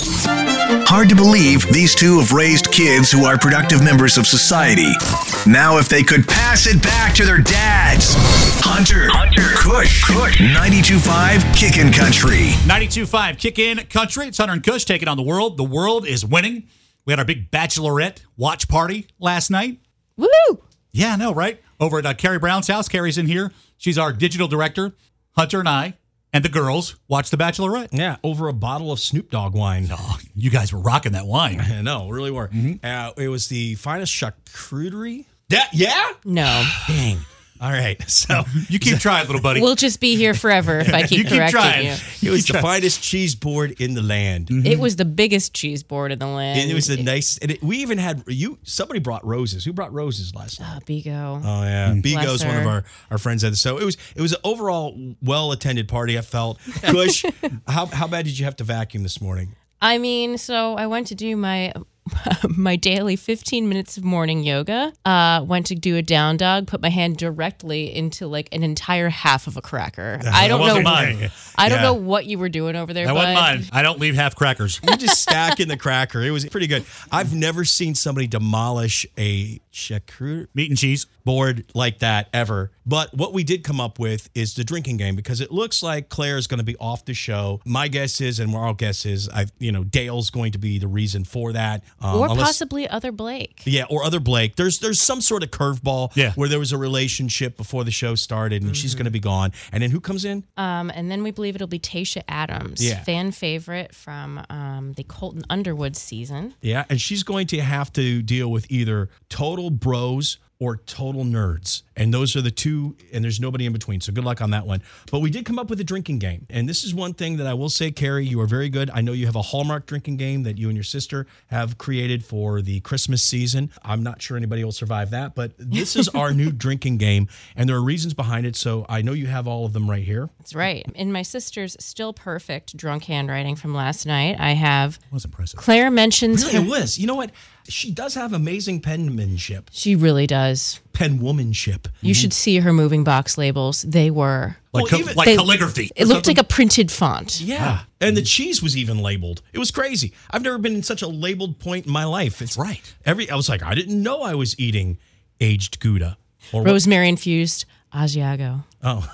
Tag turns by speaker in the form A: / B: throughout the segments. A: Hard to believe these two have raised kids who are productive members of society. Now, if they could pass it back to their dads. Hunter, Hunter, Kush, Kush, 92.5 Kickin' Country.
B: 92.5 kick in country. It's Hunter and Kush taking on the world. The world is winning. We had our big bachelorette watch party last night.
C: Woo!
B: Yeah, I know, right? Over at uh, Carrie Brown's house. Carrie's in here. She's our digital director. Hunter and I and the girls watched The Bachelorette.
D: Yeah, over a bottle of Snoop Dogg wine.
B: Oh, you guys were rocking that wine.
D: I know, really were. Uh, it was the finest charcuterie. That, yeah?
C: No,
D: Dang. All right. So
B: You keep trying, little buddy.
C: we'll just be here forever if I keep,
B: you keep
C: correcting
B: trying.
C: you.
D: it was the
B: trying.
D: finest cheese board in the land.
C: It was the biggest cheese board in the land.
D: Mm-hmm. And it was the nicest. And it, we even had you. Somebody brought roses. Who brought roses last night?
C: Uh, Bigo.
D: Oh yeah, Bigo's
C: Bless
D: one of
C: her.
D: our our friends at the so it was it was an overall well attended party. I felt. Kush, how how bad did you have to vacuum this morning?
C: I mean, so I went to do my my daily 15 minutes of morning yoga. Uh, went to do a down dog, put my hand directly into like an entire half of a cracker. I don't know.
B: wasn't mine.
C: I don't
D: Yeah.
C: know what you were doing over there.
B: That wasn't
C: but
B: mine. I don't leave half crackers.
D: You're just stacking the cracker. It was pretty good. I've never seen somebody demolish a charcuterie
B: Meat and cheese.
D: board like that ever. But what we did come up with is the drinking game because it looks like Claire is going to be off the show. My guess is, and our guess is, I you know Dale's going to be the reason for that. Um,
C: Or
D: unless-
C: possibly other Blake.
D: Yeah, or other Blake. There's there's some sort of curveball
B: Yeah.
D: where there was a relationship before the show started, and she's going to be gone. And then who comes in?
C: Um, and then we believe it'll be Tasha Adams,
D: Yeah.
C: fan favorite from um, the Colton Underwood season.
D: Yeah, and she's going to have to deal with either total bros or total nerds. And those are the two, and there's nobody in between. So good luck on that one. But we did come up with a drinking game. And this is one thing that I will say, Carrie, you are very good. I know you have a Hallmark drinking game that you and your sister have created for the Christmas season. I'm not sure anybody will survive that, but this is our new drinking game. And there are reasons behind it. So I know you have all of them right here.
C: That's right. In my sister's still perfect drunk handwriting from last night, I have
B: That was impressive.
C: Claire mentions
D: Really, Liz, you know what? She does have amazing penmanship,
C: she really does.
D: penwomanship.
C: You should see her moving box labels. They were.
B: Like,
D: Well,
B: ca-
D: even-
B: like
C: they-
B: calligraphy.
C: It looked like a printed font.
D: Yeah. And the cheese was even labeled. It was crazy. I've never been in such a labeled point in my life. It's
B: right.
D: Every I was like, I didn't know I was eating aged Gouda. Or what-
C: Rosemary infused Asiago.
D: oh,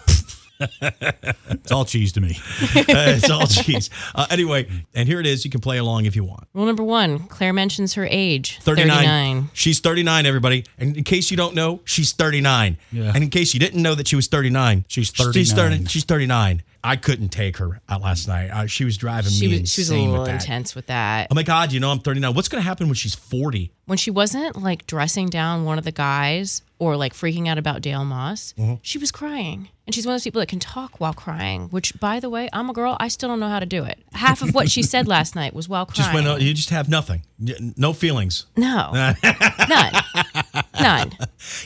B: It's all cheese to me.
D: it's all cheese. Uh, anyway, and here it is. You can play along if you want.
C: Rule number one Claire mentions her age
D: 39. She's 39, everybody. And in case you don't know, she's 39.
B: Yeah.
D: And in case you didn't know that she was 39,
B: She's
D: She's,
B: 39.
D: she's 39. I couldn't take her out last night. Uh, she was driving
C: She
D: me
C: was, she was a
D: insane
C: little
D: with that.
C: intense with that.
D: Oh my God, you know, I'm 39. What's going to happen when she's 40?
C: When she wasn't like dressing down one of the guys or like freaking out about Dale Moss, she was crying. And she's one of those people that can talk while crying, which, by the way, I'm a girl. I still don't know how to do it. Half of what she said last night was while crying.
D: Just when uh, you just have nothing, N- no feelings.
C: no, none. None.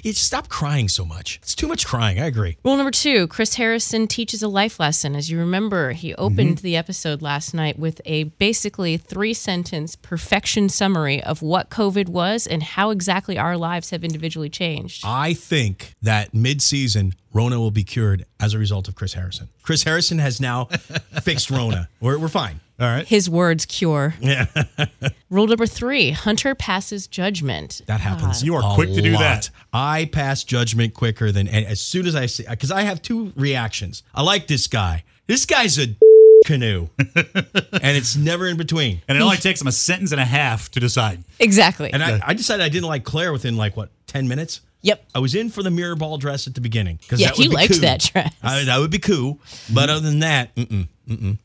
D: You just stop crying so much. It's too much crying. I agree.
C: Rule number two Chris Harrison teaches a life lesson. As you remember, he opened the episode last night with a basically three sentence perfection summary of what COVID was and how exactly our lives have individually changed.
D: I think that mid-season Rona will be cured as a result of Chris Harrison. Chris Harrison has now fixed Rona. We're, we're fine. All right.
C: His words cure. Rule number three Hunter passes judgment.
D: That happens.
B: You are
D: a
B: quick to do that.
D: I pass judgment quicker than and as soon as I see because I have two reactions. I like this guy. This guy's a canoe, and it's never in between.
B: And it only takes them a sentence and a half to decide.
C: Exactly.
D: And I, I decided I didn't like Claire within like what ten minutes.
C: Yep.
D: I was in for the mirror ball dress at the beginning because
C: Yeah,
D: that would
C: he
D: be
C: liked
D: cool.
C: that dress.
D: I, that would be cool, but other than that, mm-mm.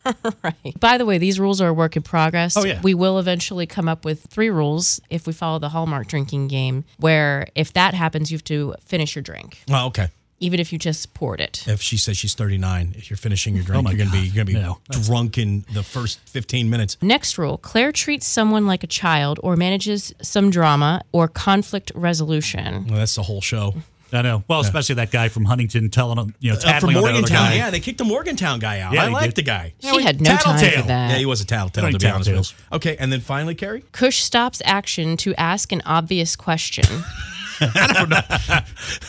C: Right. By the way, these rules are a work in progress.
B: Oh, yeah.
C: We will eventually come up with three rules if we follow the Hallmark drinking game, where if that happens, you have to finish your drink.
D: well, okay.
C: even if you just poured it.
D: If she says she's 39, if you're finishing
B: Oh
D: your drink, you're gonna be you're gonna be
B: No.
D: drunk in the first 15 minutes.
C: Next rule Claire treats someone like a child or manages some drama or conflict resolution.
D: Well, that's the whole show.
B: I know. Well, especially that guy from Huntington telling him, you know,
D: Uh, from
B: tattling on that other
D: Morgantown,
B: guy.
D: yeah, they kicked the Morgantown guy out.
B: Yeah,
D: I
B: they
D: like
B: did.
D: the guy.
C: She had no time
B: tattletale.
C: for that.
D: Yeah, he was a tattletale
B: Funny
D: to be honest with
B: tattletales.
D: you. Okay, and then finally, Carrie.
C: Cush stops action to ask an obvious question.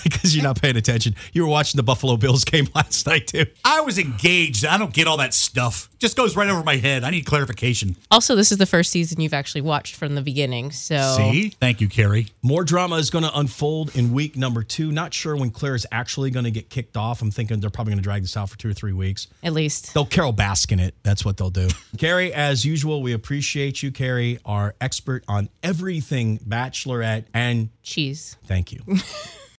D: because you're not paying attention. You were watching the Buffalo Bills game last night too.
B: I was engaged. I don't get all that stuff. Just goes right over my head. I need clarification.
C: Also, this is the first season you've actually watched from the beginning. So
D: Oh.
B: See? Thank you, Carrie.
D: More drama is going to unfold in week number two. Not sure when Claire is actually going to get kicked off. I'm thinking they're probably going to drag this out for two or three weeks.
C: at least
D: They'll Carol Baskin it. That's what they'll do. Carrie, as usual, we appreciate you, Carrie, our expert on everything Bachelorette. And
C: cheese.
D: thank you.